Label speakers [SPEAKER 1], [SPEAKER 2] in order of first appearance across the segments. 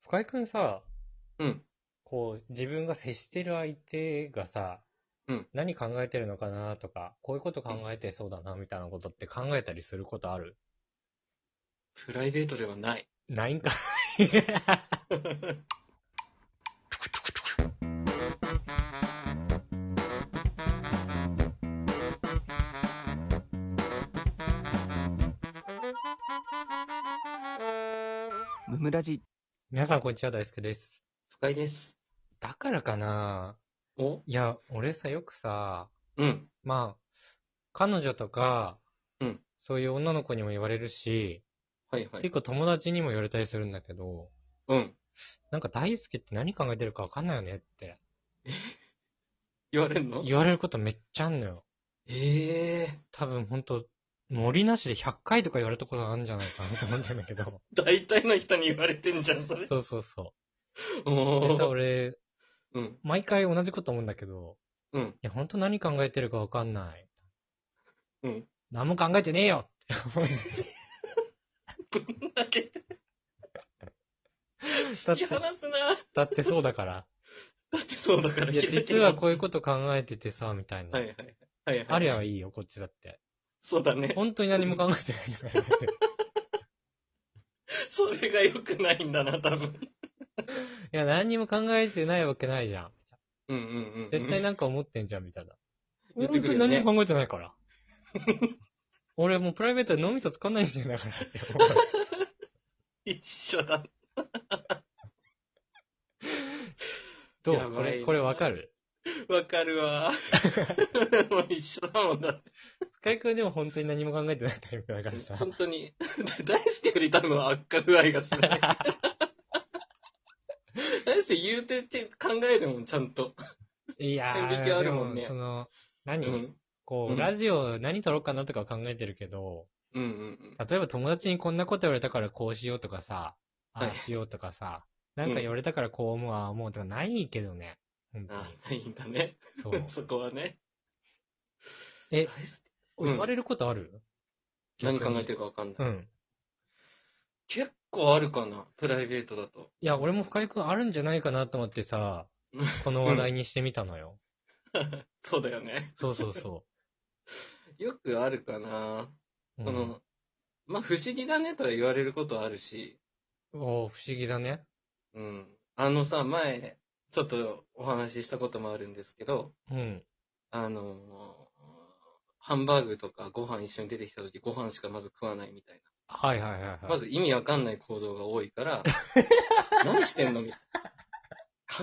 [SPEAKER 1] 深井くんさ、
[SPEAKER 2] うん。
[SPEAKER 1] こう、自分が接してる相手がさ、
[SPEAKER 2] うん
[SPEAKER 1] 何考えてるのかなとか、こういうこと考えてそうだな、みたいなことって考えたりすることある
[SPEAKER 2] プライベートではない。
[SPEAKER 1] ないんか
[SPEAKER 3] ムムラジ
[SPEAKER 1] 皆さん、こんにちは、大輔です。
[SPEAKER 2] 不快です。
[SPEAKER 1] だからかな
[SPEAKER 2] お
[SPEAKER 1] いや、俺さ、よくさ、
[SPEAKER 2] うん。
[SPEAKER 1] まあ、彼女とか、
[SPEAKER 2] うん
[SPEAKER 1] そういう女の子にも言われるし、
[SPEAKER 2] はいはい。
[SPEAKER 1] 結構友達にも言われたりするんだけど、
[SPEAKER 2] うん。
[SPEAKER 1] なんか大輔って何考えてるかわかんないよねって
[SPEAKER 2] 言われんの
[SPEAKER 1] 言われることめっちゃあんのよ。
[SPEAKER 2] ええー。
[SPEAKER 1] 多分ほんと、森なしで100回とか言われたことあるんじゃないかなと思ってんだけ ど。
[SPEAKER 2] 大体の人に言われてんじゃん、それ。
[SPEAKER 1] そうそうそ
[SPEAKER 2] お
[SPEAKER 1] う。でさ、
[SPEAKER 2] ー
[SPEAKER 1] 俺、
[SPEAKER 2] うん。
[SPEAKER 1] 毎回同じこと思うんだけど、
[SPEAKER 2] うん。
[SPEAKER 1] いや、ほんと何考えてるかわかんない。
[SPEAKER 2] うん。
[SPEAKER 1] 何も考えてねえよって思うんだ
[SPEAKER 2] ぶんだけ突き
[SPEAKER 1] け
[SPEAKER 2] 放
[SPEAKER 1] どだって、
[SPEAKER 2] すな。
[SPEAKER 1] だってそうだから。
[SPEAKER 2] だってそうだから、
[SPEAKER 1] いや、
[SPEAKER 2] 開いて
[SPEAKER 1] 実
[SPEAKER 2] る
[SPEAKER 1] はこういうこと考えててさ、みたいな。
[SPEAKER 2] はいはいはい。はいはい。
[SPEAKER 1] ありゃいいよ、こっちだっ て。
[SPEAKER 2] そうだね。
[SPEAKER 1] 本当に何も考えてないんだからね。
[SPEAKER 2] それが良くないんだな、多分。
[SPEAKER 1] いや、何にも考えてないわけないじゃん。
[SPEAKER 2] うんうんうんうん。
[SPEAKER 1] 絶対なんか思ってんじゃん、みたいな。
[SPEAKER 2] 言
[SPEAKER 1] 本
[SPEAKER 2] ってく
[SPEAKER 1] 当
[SPEAKER 2] る
[SPEAKER 1] に
[SPEAKER 2] よね
[SPEAKER 1] 何も考えてない から。俺もうプライベートで脳みそ使わないんだからって思 う。
[SPEAKER 2] 一緒だ。
[SPEAKER 1] ど
[SPEAKER 2] や
[SPEAKER 1] う
[SPEAKER 2] ばい
[SPEAKER 1] これ、これわかる
[SPEAKER 2] わかる わ。もう一緒だもんだって。
[SPEAKER 1] 深井君でも本当に何も考えてないタイプだからさ。
[SPEAKER 2] 本当に。 大輔より多分悪化具合がすごい。大輔言うてって考えるもん、ちゃんと。
[SPEAKER 1] いや
[SPEAKER 2] 線引き
[SPEAKER 1] ー、
[SPEAKER 2] あ
[SPEAKER 1] で
[SPEAKER 2] るもんね
[SPEAKER 1] も、その、
[SPEAKER 2] うん。
[SPEAKER 1] 何、
[SPEAKER 2] うん
[SPEAKER 1] こう、
[SPEAKER 2] うん
[SPEAKER 1] ラジオ何撮ろうかなとかは考えてるけど、
[SPEAKER 2] うんうん。
[SPEAKER 1] 例えば友達にこんなこと言われたからこうしようとかさ、あ
[SPEAKER 2] は
[SPEAKER 1] あ
[SPEAKER 2] い
[SPEAKER 1] しようとかさ、なん
[SPEAKER 2] う
[SPEAKER 1] か
[SPEAKER 2] ん
[SPEAKER 1] 言われたからこう思う、ああ思うとかないけどね。本当
[SPEAKER 2] あ
[SPEAKER 1] に。、
[SPEAKER 2] ないんだね。
[SPEAKER 1] そ。
[SPEAKER 2] そうこはね。
[SPEAKER 1] え
[SPEAKER 2] 大、輔うん
[SPEAKER 1] 言われることある
[SPEAKER 2] 何考えて
[SPEAKER 1] る
[SPEAKER 2] るかわかんない。
[SPEAKER 1] うん。
[SPEAKER 2] 結構あるかな、プライベートだと。
[SPEAKER 1] いや、俺も深井くんあるんじゃないかなと思ってさ
[SPEAKER 2] うん、
[SPEAKER 1] この話題にしてみたのよ。
[SPEAKER 2] そうだよね。
[SPEAKER 1] そうそうそ
[SPEAKER 2] よくあるかな。
[SPEAKER 1] う。
[SPEAKER 2] この、まあ、不思議だねとは言われることはあるし、
[SPEAKER 1] うん、おー不思議だね。
[SPEAKER 2] うん。あのさ、前、ちょっとお話ししたこともあるんですけど、
[SPEAKER 1] うん。
[SPEAKER 2] あのーハンバーグとかご飯一緒に出てきた時ご飯しかまず食わないみたい
[SPEAKER 1] はいはいはいはい。
[SPEAKER 2] な。まず意味わかんない行動が多い から、何してんのみたいな。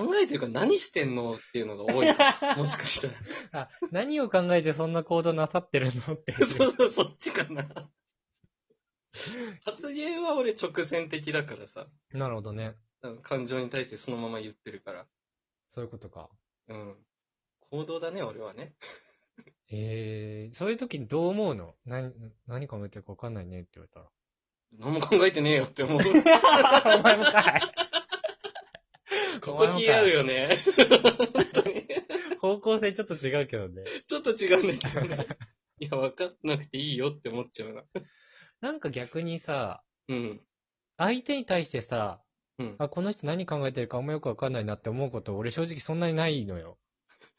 [SPEAKER 2] 考えてるから何してんのっていうのが多い。もしかしたら。
[SPEAKER 1] あ、 何を考えてそんな行動なさってるのって。
[SPEAKER 2] そうそう、そっちかな。発言は俺直線的だからさ。
[SPEAKER 1] なるほどね。
[SPEAKER 2] 感情に対してそのまま言ってるから。
[SPEAKER 1] そういうことか。
[SPEAKER 2] うん。行動だね、俺はね。
[SPEAKER 1] えー、そういう時どう思うの何、何考えてるか分かんないねって言われたら。
[SPEAKER 2] 何も考えてねえよって思 う。
[SPEAKER 1] お前もかい。
[SPEAKER 2] 心地合うよね。本当に。
[SPEAKER 1] 方向性ちょっと違うけどね。
[SPEAKER 2] ちょっと違うんだけどね。いや、分かんなくていいよって思っちゃうな。
[SPEAKER 1] なんか逆にさ、
[SPEAKER 2] うん。
[SPEAKER 1] 相手に対してさ、
[SPEAKER 2] うん。
[SPEAKER 1] あ、この人何考えてるかあんまよくわかんないなって思うこと、俺正直そんなにないのよ。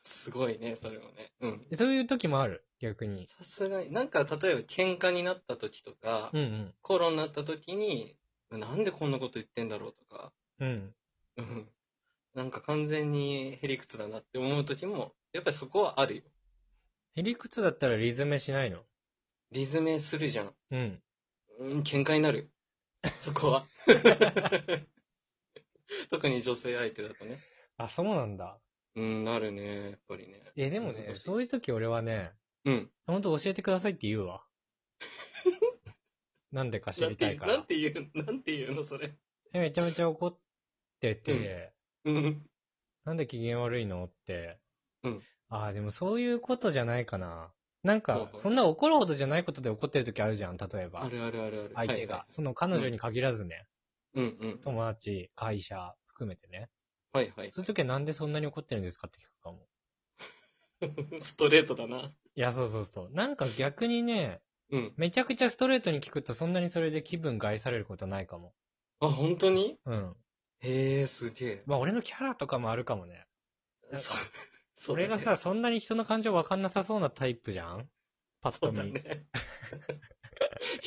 [SPEAKER 2] すごいね、それもね。うん。
[SPEAKER 1] そういう時もある、逆に。
[SPEAKER 2] さすがに、なんか例えば喧嘩になった時とか、
[SPEAKER 1] うん
[SPEAKER 2] 口論になった時に、なんでこんなこと言ってんだろうとか、
[SPEAKER 1] うん。うん。
[SPEAKER 2] うん。なんか完全にへりくつだなって思う時も、やっぱりそこはあるよ。
[SPEAKER 1] へりくつだったらリズメしないの。
[SPEAKER 2] リズメするじゃん。
[SPEAKER 1] うん。
[SPEAKER 2] うん、喧嘩になるよ。そこ は。特に女性相手だとね。
[SPEAKER 1] あ、そうなんだ。
[SPEAKER 2] うん、なるね、やっぱりね。
[SPEAKER 1] え、でもね、
[SPEAKER 2] うん
[SPEAKER 1] そういう時俺はね、
[SPEAKER 2] うん。
[SPEAKER 1] ほんと教えてくださいって言う わ。なんでか知りたいか
[SPEAKER 2] なん
[SPEAKER 1] ら。
[SPEAKER 2] て言う、なんて言うの、それ。
[SPEAKER 1] えめちゃめちゃ怒ってて、
[SPEAKER 2] うん。
[SPEAKER 1] なんで機嫌悪いのって。
[SPEAKER 2] うん
[SPEAKER 1] ああ、でもそういうことじゃないかな。なん
[SPEAKER 2] ほう
[SPEAKER 1] か、
[SPEAKER 2] ほう
[SPEAKER 1] そんな怒るほどじゃないことで怒ってる時あるじゃん、例え
[SPEAKER 2] あ
[SPEAKER 1] ば。
[SPEAKER 2] るあるあるある。
[SPEAKER 1] 相手が。
[SPEAKER 2] は
[SPEAKER 1] その彼女に限らずね、
[SPEAKER 2] いはい。うんうん。
[SPEAKER 1] 友達、会社含めてね。
[SPEAKER 2] はいはい。
[SPEAKER 1] そういう時はなんでそんなに怒ってるんですかって聞くかも。
[SPEAKER 2] ストレートだな。
[SPEAKER 1] いや、そうそうそう。なんか逆にね、
[SPEAKER 2] うん。
[SPEAKER 1] めちゃくちゃストレートに聞くとそんなにそれで気分害されることないかも。
[SPEAKER 2] あ、本当に
[SPEAKER 1] うん。
[SPEAKER 2] へえ、すげえ。
[SPEAKER 1] まあ俺のキャラとかもあるかもね。
[SPEAKER 2] そ、そ
[SPEAKER 1] 俺
[SPEAKER 2] れ
[SPEAKER 1] がさ、、そんなに人の感情わかんなさそうなタイプじゃんパッ
[SPEAKER 2] そ
[SPEAKER 1] と
[SPEAKER 2] うだ
[SPEAKER 1] 見。
[SPEAKER 2] ね。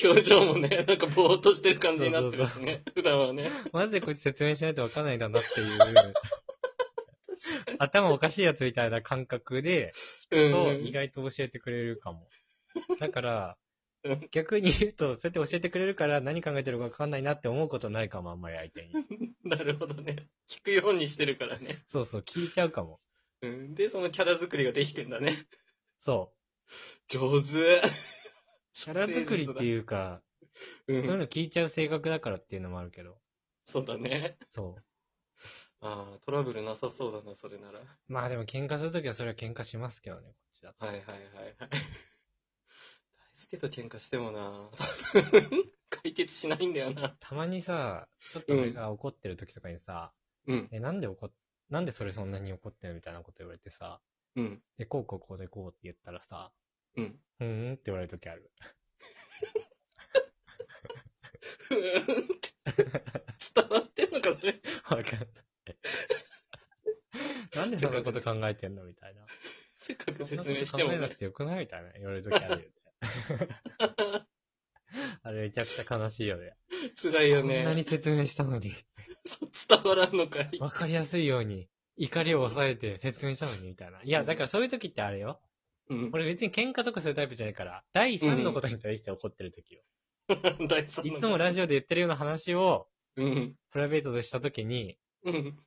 [SPEAKER 2] 表情もね、なんかぼーっとしてる感じになってるしね、普段はね。
[SPEAKER 1] マジでこいつ説明しないとわかんないんだなっていう、
[SPEAKER 2] 確かに
[SPEAKER 1] 頭おかしいやつみたいな感覚で、
[SPEAKER 2] うん
[SPEAKER 1] と
[SPEAKER 2] うん
[SPEAKER 1] 意外と教えてくれるかも。だから
[SPEAKER 2] うん、
[SPEAKER 1] 逆に言うと、そうやって教えてくれるから何考えてるかわかんないなって思うことないかも、あんまり相手に。
[SPEAKER 2] なるほどね。聞くようにしてるからね。
[SPEAKER 1] そうそう、聞いちゃうかも。
[SPEAKER 2] うん、で、そのキャラ作りができてんだね。
[SPEAKER 1] そう。
[SPEAKER 2] 上手。
[SPEAKER 1] キャラ作りっていうか、
[SPEAKER 2] う、
[SPEAKER 1] そういうんの聞いちゃう性格だからっていうのもあるけど。
[SPEAKER 2] そうだね。
[SPEAKER 1] そ
[SPEAKER 2] ああ、トラブルなさそうだな、それなら。は
[SPEAKER 1] う。まあでも喧嘩するときはそれは喧嘩しますけどね、こっちだと。
[SPEAKER 2] いはいはいはい。大輔と喧嘩してもな、 解決しないんだよな。
[SPEAKER 1] たまにさ、ちょっと俺が怒ってる時とかにさ、
[SPEAKER 2] うん、
[SPEAKER 1] え、なんで怒っ、なんでそれそんなに怒ってるみたいなこと言われてさ、
[SPEAKER 2] うん、
[SPEAKER 1] え、こうこうこうでこうって言ったらさ、
[SPEAKER 2] うん。
[SPEAKER 1] うーんって言われる時ある。
[SPEAKER 2] ふーんって。伝わってんのか、それ。
[SPEAKER 1] わかんない。なんでそんなこと考えてんのみたいな。
[SPEAKER 2] せっかく
[SPEAKER 1] そんな
[SPEAKER 2] 説
[SPEAKER 1] こ
[SPEAKER 2] 明
[SPEAKER 1] と
[SPEAKER 2] し
[SPEAKER 1] 考
[SPEAKER 2] ても
[SPEAKER 1] えな
[SPEAKER 2] ね
[SPEAKER 1] く。てよくないみたいな言われる時あるよ ね。 あれめちゃくちゃ悲しいよね。
[SPEAKER 2] 辛いよ
[SPEAKER 1] こんなに
[SPEAKER 2] ね。
[SPEAKER 1] 説明したのに、
[SPEAKER 2] そう伝わらんのかい。
[SPEAKER 1] わかりやすいように、怒りを抑えて説明したのにみたいな。いや、だからそういう時ってあれよ。
[SPEAKER 2] うん。
[SPEAKER 1] 俺別に喧嘩とかするタイプじゃないから、第三のことに対して怒ってる時よ。
[SPEAKER 2] 大三
[SPEAKER 1] い
[SPEAKER 2] の
[SPEAKER 1] つもラジオで言ってるような話を、
[SPEAKER 2] うん。
[SPEAKER 1] プライベートでした時に、
[SPEAKER 2] うん。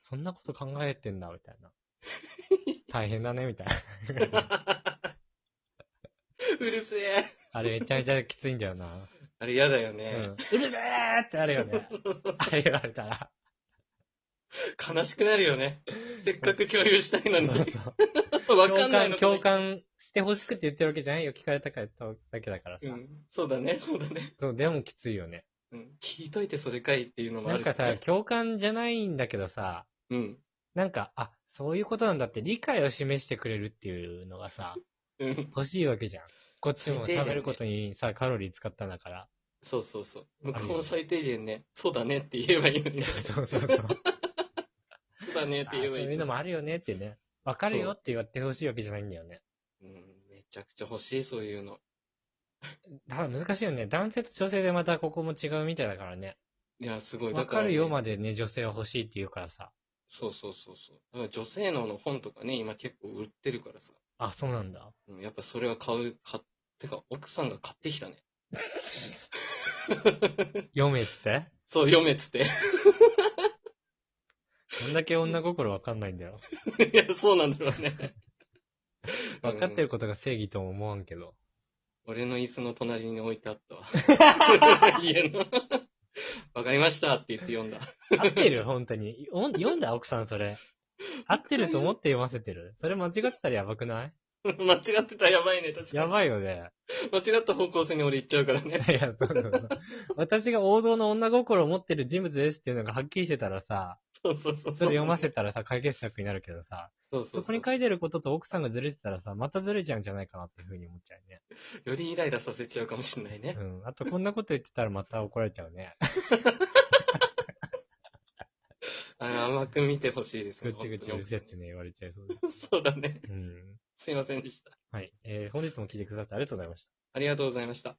[SPEAKER 1] そんなこと考えてんだ、みたい な。大変だね、みたいうな。
[SPEAKER 2] るせえ。
[SPEAKER 1] あれめちゃめちゃきついんだよな。
[SPEAKER 2] あれ嫌だよ
[SPEAKER 1] う
[SPEAKER 2] ね
[SPEAKER 1] ん。。うるせえってあるよね。あれ言われたら。
[SPEAKER 2] 悲しくなるよね。せっかく共有したいのに。
[SPEAKER 1] そうそう
[SPEAKER 2] わか
[SPEAKER 1] 共
[SPEAKER 2] んな
[SPEAKER 1] 感、
[SPEAKER 2] いの
[SPEAKER 1] 共感してほしくって言ってるわけじゃないよ。聞かれたから言っただけだからさ
[SPEAKER 2] う。ん。そうだね、そうだね。
[SPEAKER 1] そう、でもきついよね。
[SPEAKER 2] うん。聞いといてそれかいっていうのもあ
[SPEAKER 1] なん
[SPEAKER 2] る
[SPEAKER 1] か
[SPEAKER 2] し
[SPEAKER 1] さ、
[SPEAKER 2] ね。
[SPEAKER 1] 共感じゃないんだけどさ、
[SPEAKER 2] うん。
[SPEAKER 1] なんか、あ、そういうことなんだって理解を示してくれるっていうのが さ、
[SPEAKER 2] うん。
[SPEAKER 1] 欲しいわけじゃん。こっちも
[SPEAKER 2] 最低限ね
[SPEAKER 1] 喋ることにさ、カロリー使ったんだから。
[SPEAKER 2] そうそうそう。
[SPEAKER 1] るよ
[SPEAKER 2] 向
[SPEAKER 1] ね
[SPEAKER 2] こうも最低限ね、そうだねって言えばいいのに ね。
[SPEAKER 1] そうそうそう。
[SPEAKER 2] そうだ ねって
[SPEAKER 1] あー
[SPEAKER 2] 言
[SPEAKER 1] そ
[SPEAKER 2] えば
[SPEAKER 1] う
[SPEAKER 2] いいの
[SPEAKER 1] い
[SPEAKER 2] に
[SPEAKER 1] うのもあるよねってね。わかるよって言ってほしいわけじゃないんだよね。
[SPEAKER 2] うん。めちゃくちゃ欲しい、そういうの。
[SPEAKER 1] ただ難しいよね。男性と女性でまたここも違うみたいだからね。
[SPEAKER 2] いや、すごい。
[SPEAKER 1] わ
[SPEAKER 2] だ
[SPEAKER 1] からる
[SPEAKER 2] ね
[SPEAKER 1] よまでね、女性は欲しいって言うからさ。
[SPEAKER 2] そうそうそうそう。だから女性のの本とかね、今結構売ってるからさ。
[SPEAKER 1] あ、そうなん だ。
[SPEAKER 2] うんやっぱそれは買う、買ってか、奥さんが買ってき たね。
[SPEAKER 1] 読めって
[SPEAKER 2] そう、読めっつって。
[SPEAKER 1] どんだけ女心わかんないんだよ。
[SPEAKER 2] いや、そうなんだろうね。
[SPEAKER 1] わかって
[SPEAKER 2] る。
[SPEAKER 1] ることが正義とも思わんけど。
[SPEAKER 2] 俺の椅子の隣に置いてあったわ。 家の。わかりましたって言って読んだ。
[SPEAKER 1] 合ってる本当に。お読んだ奥さんそれ。合ってると思って読ませてる。それ間違ってたらやばくない
[SPEAKER 2] 間違ってたらやばいね、確か
[SPEAKER 1] やばいよね。
[SPEAKER 2] に。間違った方向性に俺行っちゃうからね。
[SPEAKER 1] いや、そうそうそう。私が王道の女心を持ってる人物ですっていうのがはっきりしてたらさ、
[SPEAKER 2] そうそうそう。
[SPEAKER 1] それ読ませ
[SPEAKER 2] て。
[SPEAKER 1] たらさ、解決策になるけどさ、
[SPEAKER 2] そうそう
[SPEAKER 1] そうこに書いてることと奥さんがずれてたらさ、またずれちゃうんじゃないかなっていうふうに思っちゃうね。
[SPEAKER 2] よりイライラさせちゃうかもしれないね。
[SPEAKER 1] うん。あと、こんなこと言ってたらまた怒られちゃうね。
[SPEAKER 2] あの甘く見てほしいです
[SPEAKER 1] ぐ
[SPEAKER 2] ね。
[SPEAKER 1] っちぐちうるせえってね、言われちゃいそうで
[SPEAKER 2] そうだね。
[SPEAKER 1] す。うん。
[SPEAKER 2] すいませんでした。
[SPEAKER 1] はい。えー、本日も聞いてくださってありがとうございました。
[SPEAKER 2] ありがとうございました。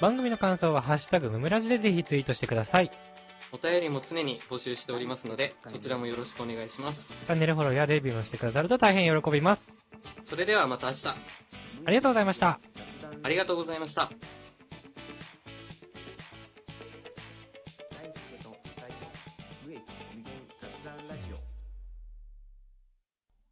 [SPEAKER 1] 番組の感想は、ハッシュタグムムラジでぜひツイートしてください。チ
[SPEAKER 2] お便りも常に募集しておりますので、そちらもよろしくお願いします。
[SPEAKER 1] ャンネルフォローやレビューもしてくださると大変喜びます。
[SPEAKER 2] それではまた明日、
[SPEAKER 1] ありがとうございました。
[SPEAKER 2] ありがとうございました。